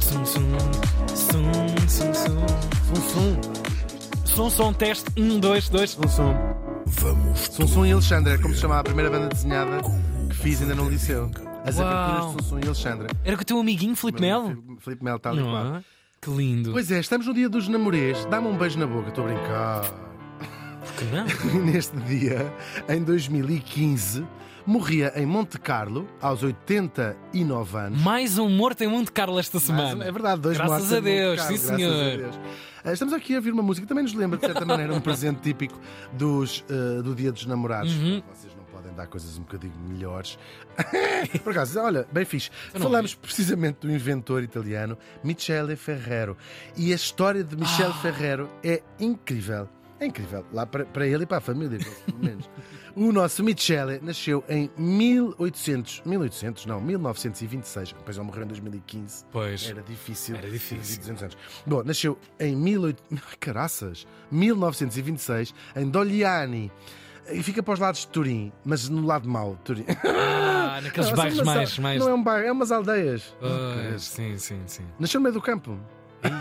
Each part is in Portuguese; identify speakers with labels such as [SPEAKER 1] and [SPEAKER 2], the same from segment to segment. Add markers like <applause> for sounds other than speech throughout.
[SPEAKER 1] Sum, sum, sum, sum.
[SPEAKER 2] Sum, sum.
[SPEAKER 1] Som, som, teste. Um, dois, dois.
[SPEAKER 2] Sum, sum.
[SPEAKER 3] Vamos
[SPEAKER 2] Sum, sum e Alexandra, é como se chamava a primeira banda desenhada que fiz ainda no liceu. As um
[SPEAKER 1] Uau.
[SPEAKER 2] aventuras de Sum, sum e Alexandra.
[SPEAKER 1] Era com o teu amiguinho, Filipe Melo?
[SPEAKER 2] Filipe- Filipe Mel, tal e qual.
[SPEAKER 1] Não é? Que lindo.
[SPEAKER 2] Pois é, estamos no dia dos namorês. Dá-me um beijo na boca, estou a brincar. <laughs>
[SPEAKER 1] Porque não?
[SPEAKER 2] Neste dia, em 2015, morria em Monte Carlo, aos 89 anos.
[SPEAKER 1] Mais um morto em Monte Carlo esta
[SPEAKER 2] Mais um-
[SPEAKER 1] semana.
[SPEAKER 2] É verdade, dois
[SPEAKER 1] Graças
[SPEAKER 2] mortos
[SPEAKER 1] a
[SPEAKER 2] em Monte
[SPEAKER 1] Deus,
[SPEAKER 2] Carlo,
[SPEAKER 1] sim,
[SPEAKER 2] graças
[SPEAKER 1] senhor.
[SPEAKER 2] a Deus. Ah, Estamos aqui a ouvir uma música que também nos lembra, de certa maneira, um presente típico dos, ah, do Dia dos Namorados.
[SPEAKER 1] Uhum.
[SPEAKER 2] Vocês não podem dar coisas um bocadinho melhores. <laughs> Por acaso, olha, bem fixe.
[SPEAKER 1] não
[SPEAKER 2] Falámos precisamente do inventor italiano Michele Ferrero. E a história de Michele
[SPEAKER 1] Ah.
[SPEAKER 2] Ferrero é incrível. É incrível. Lá para, para ele e para a família, pelo menos. o nosso Michele nasceu em 1800. 1800, não, 1926. Depois ele morreu em 2015.
[SPEAKER 1] Pois.
[SPEAKER 2] Era difícil.
[SPEAKER 1] Era difícil.
[SPEAKER 2] 200 anos. Bom, nasceu em <laughs> 18... Caraças, 1926, em Dogliani. E fica para os lados de Turim, mas no lado mau de Turim. <laughs>
[SPEAKER 1] Ah, naqueles
[SPEAKER 2] Não,
[SPEAKER 1] bairros
[SPEAKER 2] são umas-
[SPEAKER 1] mais. mais...
[SPEAKER 2] Não é um bairro, é umas aldeias.
[SPEAKER 1] Pois, sim, sim, sim.
[SPEAKER 2] Nasceu no meio do campo.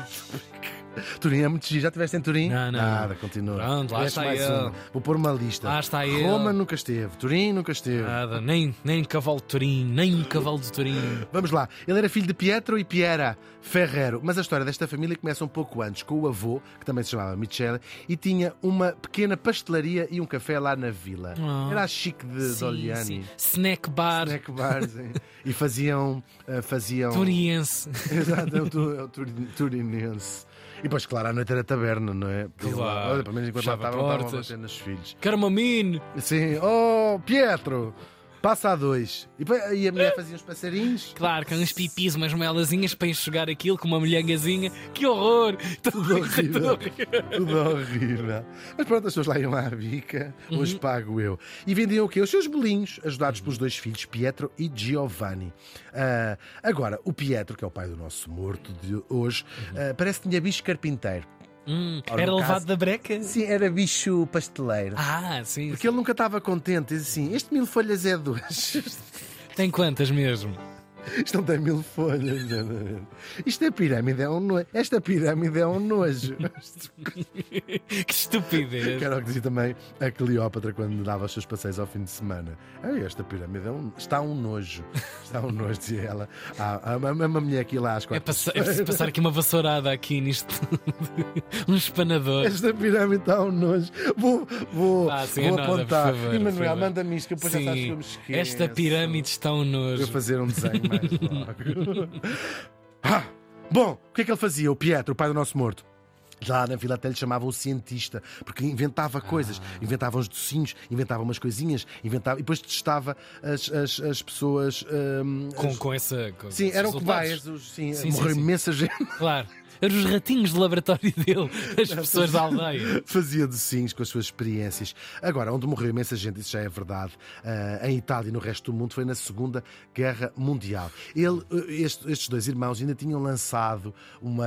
[SPEAKER 2] <laughs> Turim é muito giro. Já estiveste em Turim?
[SPEAKER 1] Não, não.
[SPEAKER 2] Nada, continua.
[SPEAKER 1] Pronto, lá
[SPEAKER 2] Este
[SPEAKER 1] está
[SPEAKER 2] mais
[SPEAKER 1] ele.
[SPEAKER 2] uma. Vou pôr uma lista.
[SPEAKER 1] Lá está ele.
[SPEAKER 2] Roma nunca esteve, Turim nunca esteve.
[SPEAKER 1] Nada, nem, nem cavalo de Turim, nem um cavalo de Turim.
[SPEAKER 2] Vamos lá. Ele era filho de Pietro e Piera Ferrero, mas a história desta família começa um pouco antes, com o avô, que também se chamava Michele, e tinha uma pequena pastelaria e um café lá na vila.
[SPEAKER 1] Ah.
[SPEAKER 2] Era a chique de
[SPEAKER 1] Sim,
[SPEAKER 2] Doliani.
[SPEAKER 1] sim. Snack bar
[SPEAKER 2] Snack bars, hein? e faziam. eh, faziam...
[SPEAKER 1] turiense.
[SPEAKER 2] <laughs> Exato, é o, tu- é o turin- turinense. E depois, claro, à noite era taberna, não é? Podiam lá-
[SPEAKER 1] Claro.
[SPEAKER 2] Olha, pelo menos enquanto lá
[SPEAKER 1] Fechava
[SPEAKER 2] estavam, estavam a
[SPEAKER 1] portas.
[SPEAKER 2] bater nos filhos.
[SPEAKER 1] Carmamine.
[SPEAKER 2] Assim, oh, Pietro, passa a dois. E, depois- e a
[SPEAKER 1] Ah.
[SPEAKER 2] mulher fazia os passarinhos.
[SPEAKER 1] Claro, com uns pipis, umas melazinhas para enxugar aquilo com uma molhangazinha. Que horror! Tudo
[SPEAKER 2] horrível.
[SPEAKER 1] tudo horrível.
[SPEAKER 2] Tudo horrível. Mas pronto, as pessoas lá iam à bica, hoje pago eu. E vendiam o quê? Os seus bolinhos, ajudados pelos dois filhos, Pietro e Giovanni. Ah, agora, o Pietro, que é o pai do nosso morto de hoje, ah, parece que tinha bicho carpinteiro.
[SPEAKER 1] Hum,
[SPEAKER 2] Ora,
[SPEAKER 1] era
[SPEAKER 2] no
[SPEAKER 1] levado
[SPEAKER 2] caso-
[SPEAKER 1] da breca?
[SPEAKER 2] Sim, era bicho pasteleiro.
[SPEAKER 1] Ah, sim.
[SPEAKER 2] Porque ele nunca estava contente, diz assim: este mil folhas é duas. <laughs>
[SPEAKER 1] Tem quantas mesmo? <laughs>
[SPEAKER 2] Isto não tem mil folhas. exatamente. Isto é pirâmide, é um nojo. Esta pirâmide é um <laughs> nojo.
[SPEAKER 1] que estupidez. É
[SPEAKER 2] Que era o que dizia também a Cleópatra quando dava os seus passeios ao fim de semana. Ei, esta pirâmide é um- está um nojo. Está um nojo, dizia ela. Ah, a, a- a uma mulher aqui lá às
[SPEAKER 1] É,
[SPEAKER 2] quatro.
[SPEAKER 1] passar, é preciso passar aqui uma vassourada aqui nisto. <laughs> um espanador.
[SPEAKER 2] Esta pirâmide está um nojo. Vou, vou,
[SPEAKER 1] Pá, Ah, sim, é
[SPEAKER 2] vou
[SPEAKER 1] nada, por
[SPEAKER 2] apontar.
[SPEAKER 1] favor, por
[SPEAKER 2] Emanuel,
[SPEAKER 1] favor.
[SPEAKER 2] manda-me isto que eu depois já sabes que eu me esqueço.
[SPEAKER 1] esta pirâmide está um
[SPEAKER 2] Vou
[SPEAKER 1] nojo.
[SPEAKER 2] fazer um desenho mais
[SPEAKER 1] <laughs>
[SPEAKER 2] logo. <laughs> Ah, bom, o que é que ele fazia, o Pietro, o pai do nosso morto? Lá na vila até lhe chamavam o cientista, porque inventava coisas,
[SPEAKER 1] Ah.
[SPEAKER 2] inventava uns docinhos, inventava umas coisinhas, inventava e depois testava as, as, as pessoas. hum,
[SPEAKER 1] Com,
[SPEAKER 2] as-
[SPEAKER 1] com essa. Com
[SPEAKER 2] Sim,
[SPEAKER 1] esses
[SPEAKER 2] eram
[SPEAKER 1] resultados.
[SPEAKER 2] cobaias, os- sim,
[SPEAKER 1] Sim, sim,
[SPEAKER 2] morreu
[SPEAKER 1] sim.
[SPEAKER 2] imensa gente.
[SPEAKER 1] Claro. Eram os ratinhos de laboratório <laughs> dele, as pessoas da aldeia.
[SPEAKER 2] <laughs> Fazia docinhos com as suas experiências. Agora, onde morreu imensa gente, isso já é verdade, ah, em Itália e no resto do mundo, foi na Segunda Guerra Mundial. Ele, eh, este- estes dois irmãos ainda tinham lançado uma.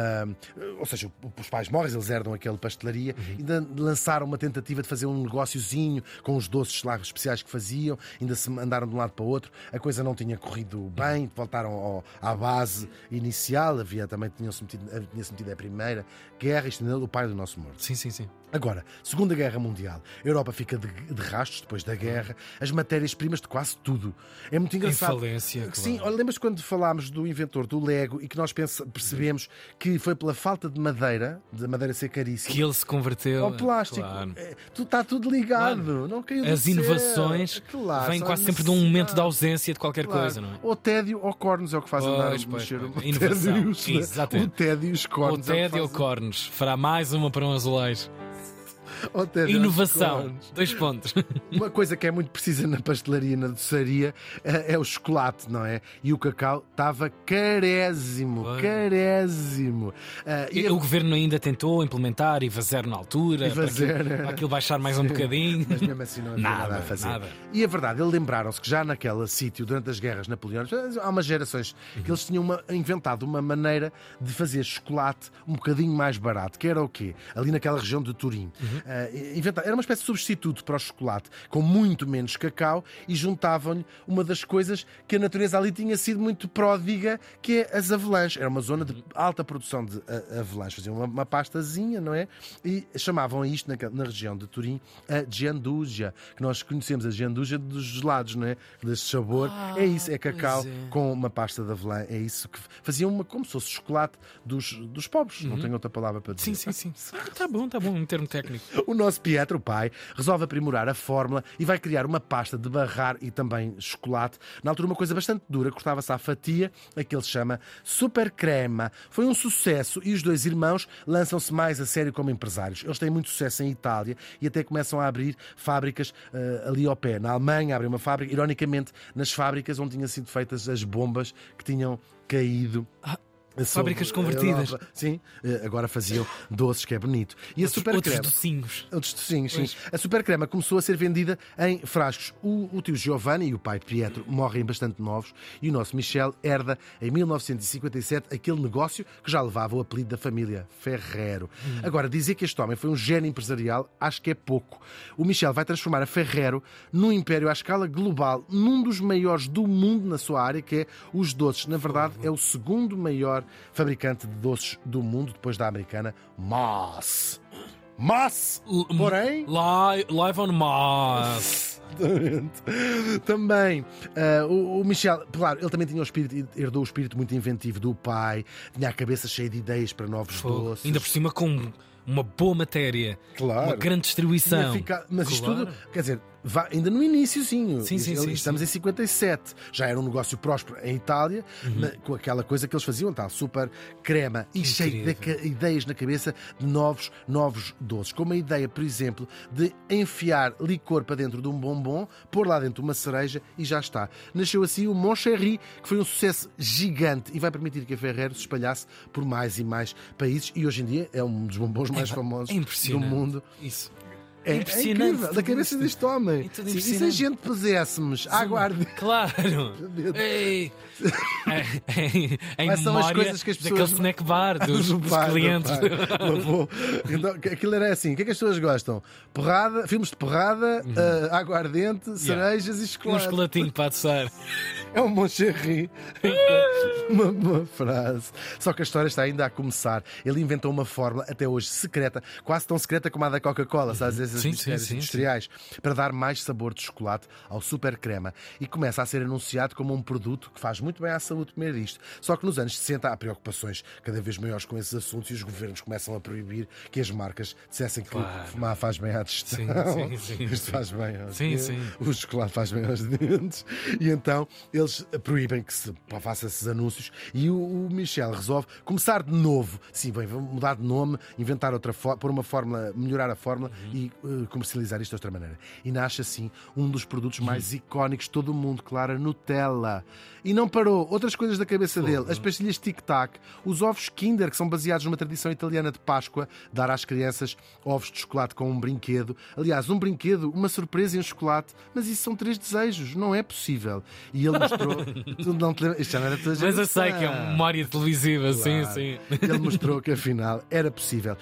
[SPEAKER 2] eh, Ou seja, o- os pais morrem, eles herdam aquela pastelaria, ainda lançaram uma tentativa de fazer um negóciozinho com os doces lá especiais que faziam, ainda se andaram de um lado para o outro, a coisa não tinha corrido bem, voltaram ao- à base inicial, havia também, tinham-se metido, tinha-se metido a Primeira Guerra, isto ainda é o pai do nosso morto.
[SPEAKER 1] Sim, sim, sim.
[SPEAKER 2] Agora, Segunda Guerra Mundial. A Europa fica de, de rastros depois da guerra, as matérias-primas de quase tudo. É muito engraçado.
[SPEAKER 1] falência, claro.
[SPEAKER 2] Sim, olha, lembras quando falámos do inventor do Lego e que nós pensa- percebemos que foi pela falta de madeira, de madeira ser caríssima,
[SPEAKER 1] Que ele se converteu.
[SPEAKER 2] ao plástico.
[SPEAKER 1] Claro.
[SPEAKER 2] É, tu- Está tudo ligado. Não caiu do
[SPEAKER 1] As
[SPEAKER 2] céu.
[SPEAKER 1] inovações
[SPEAKER 2] é Claro,
[SPEAKER 1] vêm
[SPEAKER 2] são
[SPEAKER 1] quase sempre de um momento de
[SPEAKER 2] necessidades.
[SPEAKER 1] ausência de qualquer
[SPEAKER 2] Claro.
[SPEAKER 1] coisa, não é?
[SPEAKER 2] Ou tédio ou cornos é o que faz
[SPEAKER 1] Pois,
[SPEAKER 2] andar a
[SPEAKER 1] pois,
[SPEAKER 2] mexer
[SPEAKER 1] pois.
[SPEAKER 2] o
[SPEAKER 1] Inovação.
[SPEAKER 2] tédio e os-
[SPEAKER 1] Exatamente.
[SPEAKER 2] O tédio e os
[SPEAKER 1] Ou
[SPEAKER 2] cornos. é o que
[SPEAKER 1] Ted ou
[SPEAKER 2] faz-
[SPEAKER 1] Cornos. Fará mais uma para um azulejo.
[SPEAKER 2] o tédio e os
[SPEAKER 1] Inovação.
[SPEAKER 2] cornos.
[SPEAKER 1] Dois pontos.
[SPEAKER 2] Uma coisa que é muito precisa na pastelaria e na doçaria eh, é o chocolate, não é? E o cacau estava carésimo,
[SPEAKER 1] Claro.
[SPEAKER 2] carésimo. Ah, <laughs> e
[SPEAKER 1] o governo ainda tentou implementar e fazer na altura. para
[SPEAKER 2] Ivazero,
[SPEAKER 1] aquilo-
[SPEAKER 2] é.
[SPEAKER 1] Para aquilo baixar mais um bocadinho.
[SPEAKER 2] Mas mesmo assim não havia nada,
[SPEAKER 1] Nada,
[SPEAKER 2] a fazer.
[SPEAKER 1] nada.
[SPEAKER 2] E a verdade, eles lembraram-se que já naquela sítio, durante as guerras napoleónicas, há umas gerações que eles tinham uma- inventado uma maneira de fazer chocolate um bocadinho mais barato, que era o quê? Ali naquela região de Turim. Ah, ah, inventa- era uma espécie de substituto para o chocolate, com muito menos cacau, e juntavam-lhe uma das coisas que a natureza ali tinha sido muito pródiga, que é as avelãs. Era uma zona de alta produção de ah, avelãs. Faziam uma, uma pastazinha, não é? E chamavam a isto, naquela- na, região de Turim, a gianduja, que nós conhecemos a gianduja dos gelados, não é? Deste sabor.
[SPEAKER 1] Ah,
[SPEAKER 2] é isso, é cacau
[SPEAKER 1] pois é.
[SPEAKER 2] com uma pasta de avelã. É isso que faziam uma, como se fosse chocolate dos, dos pobres. Não tenho outra palavra para dizer.
[SPEAKER 1] <laughs> Uhum. Sim, sim, sim. Tá bom, tá bom, um termo técnico.
[SPEAKER 2] <laughs> O nosso Pietro, o pai, resolve aprimorar a fórmula e vai criar uma pasta de barrar e também chocolate. Na altura, uma coisa bastante dura, cortava-se à fatia, a que ele chama super crema. Foi um sucesso e os dois irmãos lançam-se mais a sério como empresários. Eles têm muito sucesso em Itália e até começam a abrir fábricas eh, ali ao pé. Na Alemanha, abrem uma fábrica, ironicamente, nas fábricas onde tinham sido feitas as bombas que tinham caído.
[SPEAKER 1] Ah,
[SPEAKER 2] sobre
[SPEAKER 1] fábricas
[SPEAKER 2] a
[SPEAKER 1] convertidas.
[SPEAKER 2] Europa. Sim, eh, agora faziam doces, que é bonito. E a super
[SPEAKER 1] outros
[SPEAKER 2] crema.
[SPEAKER 1] docinhos.
[SPEAKER 2] Outros docinhos, sim.
[SPEAKER 1] Pois.
[SPEAKER 2] A supercrema começou a ser vendida em frascos. O, o tio Giovanni e o pai Pietro morrem bastante novos e o nosso Michel herda em 1957 aquele negócio que já levava o apelido da família Ferrero. Agora, dizer que este homem foi um gênio empresarial acho que é pouco. O Michel vai transformar a Ferrero num império à escala global, num dos maiores do mundo na sua área, que é os doces. Na verdade, é o segundo maior fabricante de doces do mundo, depois da americana Moss. Mas,
[SPEAKER 1] L-
[SPEAKER 2] porém,
[SPEAKER 1] Live, live on Mars.
[SPEAKER 2] Exatamente. Também, ah, o, o Michel, claro, ele também tinha o espírito, herdou o espírito muito inventivo do pai, tinha a cabeça cheia de ideias para novos
[SPEAKER 1] Fogo.
[SPEAKER 2] doces.
[SPEAKER 1] Ainda por cima com uma boa matéria,
[SPEAKER 2] Claro.
[SPEAKER 1] uma grande
[SPEAKER 2] Tinha
[SPEAKER 1] distribuição.
[SPEAKER 2] fica- Mas isto
[SPEAKER 1] Claro.
[SPEAKER 2] tudo, quer dizer, vá- ainda no iníciozinho.
[SPEAKER 1] Sim, sim,
[SPEAKER 2] Ele-
[SPEAKER 1] sim,
[SPEAKER 2] Estamos em 57. Já era um negócio próspero em Itália,
[SPEAKER 1] Uhum.
[SPEAKER 2] na- com aquela coisa que eles faziam, tal super crema e cheio de
[SPEAKER 1] Incrível.
[SPEAKER 2] ca- ideias na cabeça de novos, novos doces. Como a ideia, por exemplo, de enfiar licor para dentro de um bombom, pôr lá dentro uma cereja e já está. Nasceu assim o Moncherry, que foi um sucesso gigante e vai permitir que a Ferrero se espalhasse por mais e mais países. E hoje em dia é um dos bombons mais famosos
[SPEAKER 1] é
[SPEAKER 2] do
[SPEAKER 1] impressionante.
[SPEAKER 2] mundo.
[SPEAKER 1] Isso.
[SPEAKER 2] É, é
[SPEAKER 1] impressionante
[SPEAKER 2] incrível, da
[SPEAKER 1] tudo
[SPEAKER 2] cabeça
[SPEAKER 1] isto.
[SPEAKER 2] deste homem.
[SPEAKER 1] É tudo
[SPEAKER 2] Sim, e se a
[SPEAKER 1] impressionante.
[SPEAKER 2] gente puséssemos aguarde
[SPEAKER 1] Claro!
[SPEAKER 2] <laughs> Deus.
[SPEAKER 1] Ei! Em- em
[SPEAKER 2] Quais são as
[SPEAKER 1] memória
[SPEAKER 2] coisas que as
[SPEAKER 1] daquele
[SPEAKER 2] pessoas-
[SPEAKER 1] snack bar dos,
[SPEAKER 2] <laughs> do
[SPEAKER 1] dos
[SPEAKER 2] pai, do
[SPEAKER 1] clientes.
[SPEAKER 2] pai, <laughs> do avô. Então, que- aquilo era assim: o que é que as pessoas gostam? Porrada, filmes de porrada, ah, aguardente, cerejas e
[SPEAKER 1] Uhum. Um
[SPEAKER 2] chocolate.
[SPEAKER 1] esqueletinho para
[SPEAKER 2] <laughs>
[SPEAKER 1] adoçar.
[SPEAKER 2] É um moncherry. uma boa frase. Só que a história está ainda a começar. Ele inventou uma fórmula, até hoje secreta, quase tão secreta como a da Coca-Cola, sabes? Esses
[SPEAKER 1] Sim,
[SPEAKER 2] mistérios
[SPEAKER 1] sim, sim,
[SPEAKER 2] industriais, para dar mais sabor de chocolate ao super crema. E começa a ser anunciado como um produto que faz muito bem à saúde comer isto. Só que nos anos 60 há preocupações cada vez maiores com esses assuntos e os governos começam a proibir que as marcas dissessem que
[SPEAKER 1] Claro.
[SPEAKER 2] fumar faz bem à digestão.
[SPEAKER 1] Sim, sim, sim,
[SPEAKER 2] <laughs> Isto
[SPEAKER 1] sim.
[SPEAKER 2] faz bem aos
[SPEAKER 1] Sim,
[SPEAKER 2] dentes.
[SPEAKER 1] sim.
[SPEAKER 2] O chocolate faz bem aos dentes. E então eles proíbem que se faça esses anúncios. E o, o Michel resolve começar de novo. Sim, bem, vamos mudar de nome, inventar outra fórmula, pôr uma fórmula, melhorar a fórmula e eh, comercializar isto de outra maneira. E nasce assim um dos produtos mais
[SPEAKER 1] Uhum.
[SPEAKER 2] icónicos de todo o mundo, claro, a Nutella. E não parou. Outras coisas da cabeça dele, as pastilhas Tic Tac, os ovos Kinder, que são baseados numa tradição italiana de Páscoa, dar às crianças ovos de chocolate com um brinquedo. Aliás, um brinquedo, uma surpresa e um chocolate. Mas isso são três desejos, não é possível. E ele mostrou.
[SPEAKER 1] <laughs>
[SPEAKER 2] Tu não te lembras- Isto já não era a tua
[SPEAKER 1] Mas eu sei que é uma
[SPEAKER 2] geração.
[SPEAKER 1] memória televisiva, sim,
[SPEAKER 2] Claro.
[SPEAKER 1] sim.
[SPEAKER 2] Ele mostrou que afinal era possível.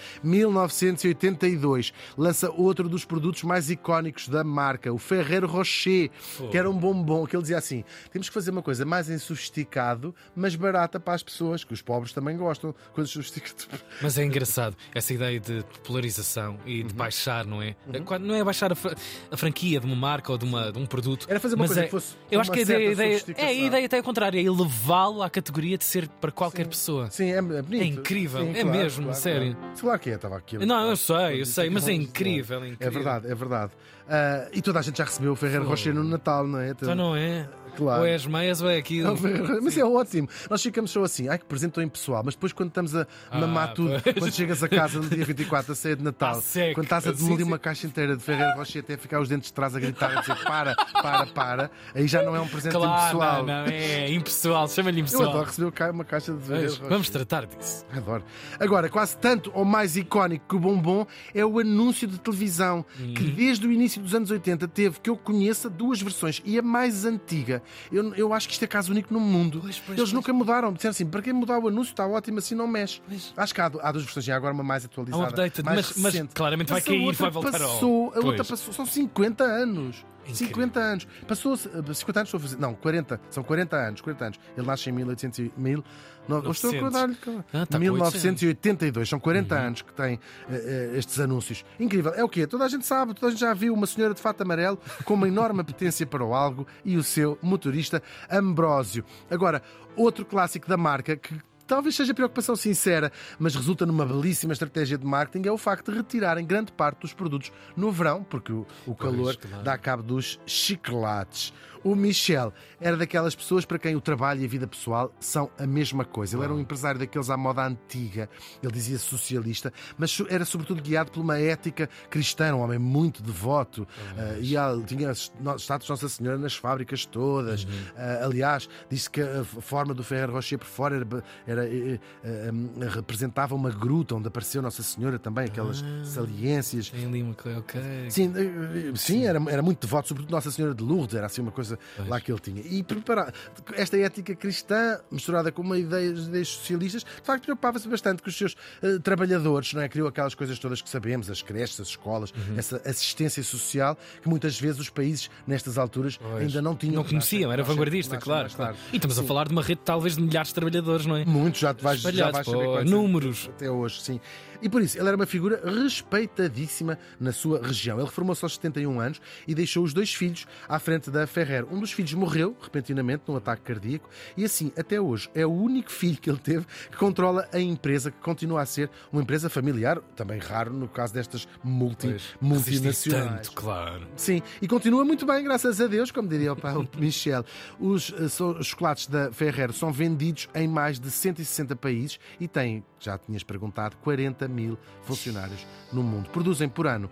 [SPEAKER 2] 1982 lança outro dos produtos mais icónicos da marca, o Ferrero Rocher, que era um bombom, que ele dizia assim: temos que fazer uma coisa mais em sofisticado, mas barata para as pessoas, que os pobres também gostam, coisas sofisticadas.
[SPEAKER 1] Mas é engraçado essa ideia de popularização e
[SPEAKER 2] Uhum.
[SPEAKER 1] de baixar, não é? Quando- Não é baixar a, fra- a franquia de uma marca ou de, uma- de um produto.
[SPEAKER 2] Era fazer uma
[SPEAKER 1] mas
[SPEAKER 2] coisa
[SPEAKER 1] é-
[SPEAKER 2] que fosse
[SPEAKER 1] Eu acho
[SPEAKER 2] uma
[SPEAKER 1] que a ideia,
[SPEAKER 2] certa
[SPEAKER 1] a ideia- é a
[SPEAKER 2] sofisticação.
[SPEAKER 1] ideia até é contrária, é elevá-lo à categoria de ser para qualquer pessoa.
[SPEAKER 2] Sim, é, é bonito.
[SPEAKER 1] É incrível, é mesmo, sério.
[SPEAKER 2] Claro. Sei lá que é, estava aqui.
[SPEAKER 1] Não, eu sei, eu sei, mas é
[SPEAKER 2] Claro.
[SPEAKER 1] incrível, é
[SPEAKER 2] É
[SPEAKER 1] incrível.
[SPEAKER 2] verdade, é verdade. Ah, e toda a gente já recebeu o Ferrero Rocher no Natal, não é?
[SPEAKER 1] Então não é?
[SPEAKER 2] Claro.
[SPEAKER 1] Ou é as meias ou é
[SPEAKER 2] É
[SPEAKER 1] aquilo.
[SPEAKER 2] o Ferrero Rocher. Mas é ótimo. Nós ficamos só assim, ai que presente tão impessoal, mas depois quando estamos a mamar
[SPEAKER 1] Ah,
[SPEAKER 2] tudo,
[SPEAKER 1] pois.
[SPEAKER 2] quando chegas a casa no dia 24, a ceia de
[SPEAKER 1] <laughs>
[SPEAKER 2] Natal,
[SPEAKER 1] Ah, seco.
[SPEAKER 2] quando estás a
[SPEAKER 1] Sim,
[SPEAKER 2] demolir
[SPEAKER 1] sim.
[SPEAKER 2] uma caixa inteira de Ferreiro Rocher até ficar os dentes de trás a gritar, a dizer para, para, para, aí já não é um presente
[SPEAKER 1] Claro, não,
[SPEAKER 2] impessoal.
[SPEAKER 1] não, é impessoal, chama-lhe
[SPEAKER 2] Eu adoro
[SPEAKER 1] impessoal.
[SPEAKER 2] receber ca- uma caixa de Ferreiro
[SPEAKER 1] Mas
[SPEAKER 2] Rocher.
[SPEAKER 1] Vamos tratar disso.
[SPEAKER 2] Adoro. Agora, quase tanto ou mais icónico que o bombom é o anúncio de
[SPEAKER 1] Uhum.
[SPEAKER 2] televisão, que desde o início dos anos 80 teve, que eu conheça, duas versões. E a mais antiga marca. Eu, eu acho que isto é caso único no mundo.
[SPEAKER 1] Pois, pois,
[SPEAKER 2] Eles
[SPEAKER 1] pois.
[SPEAKER 2] nunca mudaram. Disseram assim: para quem mudar o anúncio está ótimo, assim não mexe.
[SPEAKER 1] Pois.
[SPEAKER 2] Acho que há, há duas versões, e há agora uma mais
[SPEAKER 1] Há
[SPEAKER 2] atualizada.
[SPEAKER 1] um update,
[SPEAKER 2] mais
[SPEAKER 1] mas, mas
[SPEAKER 2] recente.
[SPEAKER 1] claramente vai
[SPEAKER 2] Mas a
[SPEAKER 1] cair e
[SPEAKER 2] outra
[SPEAKER 1] vai voltar
[SPEAKER 2] passou,
[SPEAKER 1] ao.
[SPEAKER 2] A outra
[SPEAKER 1] Pois.
[SPEAKER 2] Então passou, são 50 anos.
[SPEAKER 1] Incrível.
[SPEAKER 2] 50 anos. Passou 50 anos, estou a fazer. Não, 40, são 40 anos, 40 anos. Ele nasce em 1800 e mil, no, eu estou
[SPEAKER 1] 900.
[SPEAKER 2] a acordar-lhe.
[SPEAKER 1] Ah, tá com
[SPEAKER 2] 1982, são 40 anos que tem eh, eh, estes anúncios. Incrível. É o quê? Toda a gente sabe, toda a gente já viu uma senhora de fato amarelo com uma enorme apetência para o algo e o seu motorista Ambrósio. Agora, outro clássico da marca que Talvez seja preocupação sincera, mas resulta numa belíssima estratégia de marketing, é o facto de retirarem grande parte dos produtos no verão, porque o, o calor
[SPEAKER 1] claro.
[SPEAKER 2] dá cabo dos chocolates. O Michel era daquelas pessoas para quem o trabalho e a vida pessoal são a mesma coisa. Ele era um empresário daqueles à moda antiga, ele dizia socialista, mas so- era sobretudo guiado por uma ética cristã, um homem muito devoto. Ah, e ele tinha s- no- status Nossa Senhora nas fábricas todas. Ah, aliás, disse que a f- forma do Ferreiro Rocher por fora era, ba- era, eh, eh, ah, representava uma gruta onde apareceu Nossa Senhora também, aquelas saliências.
[SPEAKER 1] Tem ali uma coisa, ok.
[SPEAKER 2] Sim, eh, eh, sim era, era muito devoto, sobretudo Nossa Senhora de Lourdes, era assim uma coisa lá que ele tinha. E preparar esta ética cristã, misturada com uma ideia de ideias socialistas, de facto preocupava-se bastante com os seus eh, trabalhadores, não é? Criou aquelas coisas todas que sabemos, as creches, as escolas,
[SPEAKER 1] Uhum.
[SPEAKER 2] essa assistência social que muitas vezes os países, nestas alturas,
[SPEAKER 1] Pois.
[SPEAKER 2] ainda não tinham.
[SPEAKER 1] Não conheciam, era
[SPEAKER 2] Nascem-
[SPEAKER 1] vanguardista,
[SPEAKER 2] nascem-
[SPEAKER 1] claro,
[SPEAKER 2] nascem-
[SPEAKER 1] claro. E estamos a falar de uma rede talvez de milhares de trabalhadores, não é?
[SPEAKER 2] Muito, já te vais, já
[SPEAKER 1] Espalhados
[SPEAKER 2] vais
[SPEAKER 1] pô,
[SPEAKER 2] saber quais são.
[SPEAKER 1] números.
[SPEAKER 2] Até hoje, sim. E por isso, ele era uma figura respeitadíssima na sua região. Ele reformou-se aos 71 anos e deixou os dois filhos à frente da Ferrer. Um dos filhos morreu repentinamente num ataque cardíaco e assim, até hoje, é o único filho que ele teve que controla a empresa, que continua a ser uma empresa familiar, também raro no caso destas multi,
[SPEAKER 1] Pois, resistir
[SPEAKER 2] multinacionais.
[SPEAKER 1] tanto, claro.
[SPEAKER 2] Sim, e continua muito bem, graças a Deus, como diria o Paulo Michel. Os, eh, so- os chocolates da Ferrero são vendidos em mais de 160 países e têm, já tinhas perguntado, 40 mil funcionários no mundo. Produzem por ano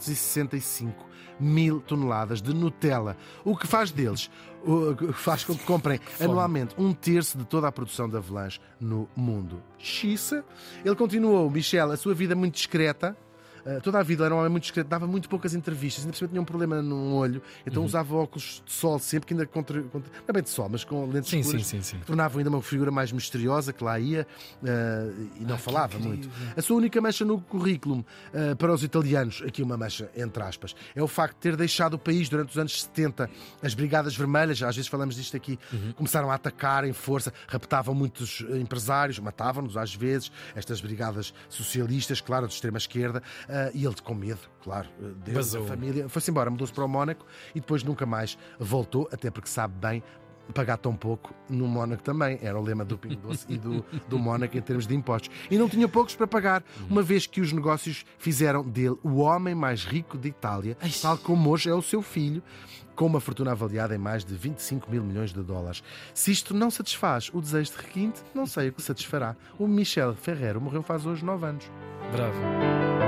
[SPEAKER 2] 365 mil toneladas de Nutella, o que faz deles, o que faz com que comprem anualmente um terço de toda a produção de avelãs no mundo. Xissa. Ele continuou, Michel, a sua vida muito discreta, Uh, toda a vida ele era um homem muito discreto, dava muito poucas entrevistas, ainda por cima tinha um problema num olho,
[SPEAKER 1] Uhum.
[SPEAKER 2] então usava óculos de sol sempre, que ainda contra, contra- não é bem de sol, mas com lentes
[SPEAKER 1] Sim,
[SPEAKER 2] escuras,
[SPEAKER 1] sim, sim, sim.
[SPEAKER 2] que tornavam ainda uma figura mais misteriosa que lá ia uh, e não falava muito. A sua única mancha no currículo uh, para os italianos, aqui uma mancha entre aspas, é o facto de ter deixado o país durante os anos 70. As Brigadas Vermelhas, às vezes falamos disto aqui, começaram a atacar em força, raptavam muitos eh, empresários, matavam-nos às vezes, estas brigadas socialistas, claro, de extrema esquerda, ah, e ele com medo, claro, eh, Deus, a
[SPEAKER 1] Vazou.
[SPEAKER 2] família, foi-se embora, mudou-se para o Mónaco e depois nunca mais voltou, até porque sabe bem. Pagar tão pouco no Mónaco também. Era o lema do Pingo Doce e do, do Mónaco em termos de impostos. E não tinha poucos para pagar, uma vez que os negócios fizeram dele o homem mais rico de Itália, tal como hoje é o seu filho, com uma fortuna avaliada em mais de 25 mil milhões de dólares. Se isto não satisfaz o desejo de requinte, não sei o que satisfará. O Michel Ferrero morreu faz hoje 9 anos.
[SPEAKER 1] Bravo.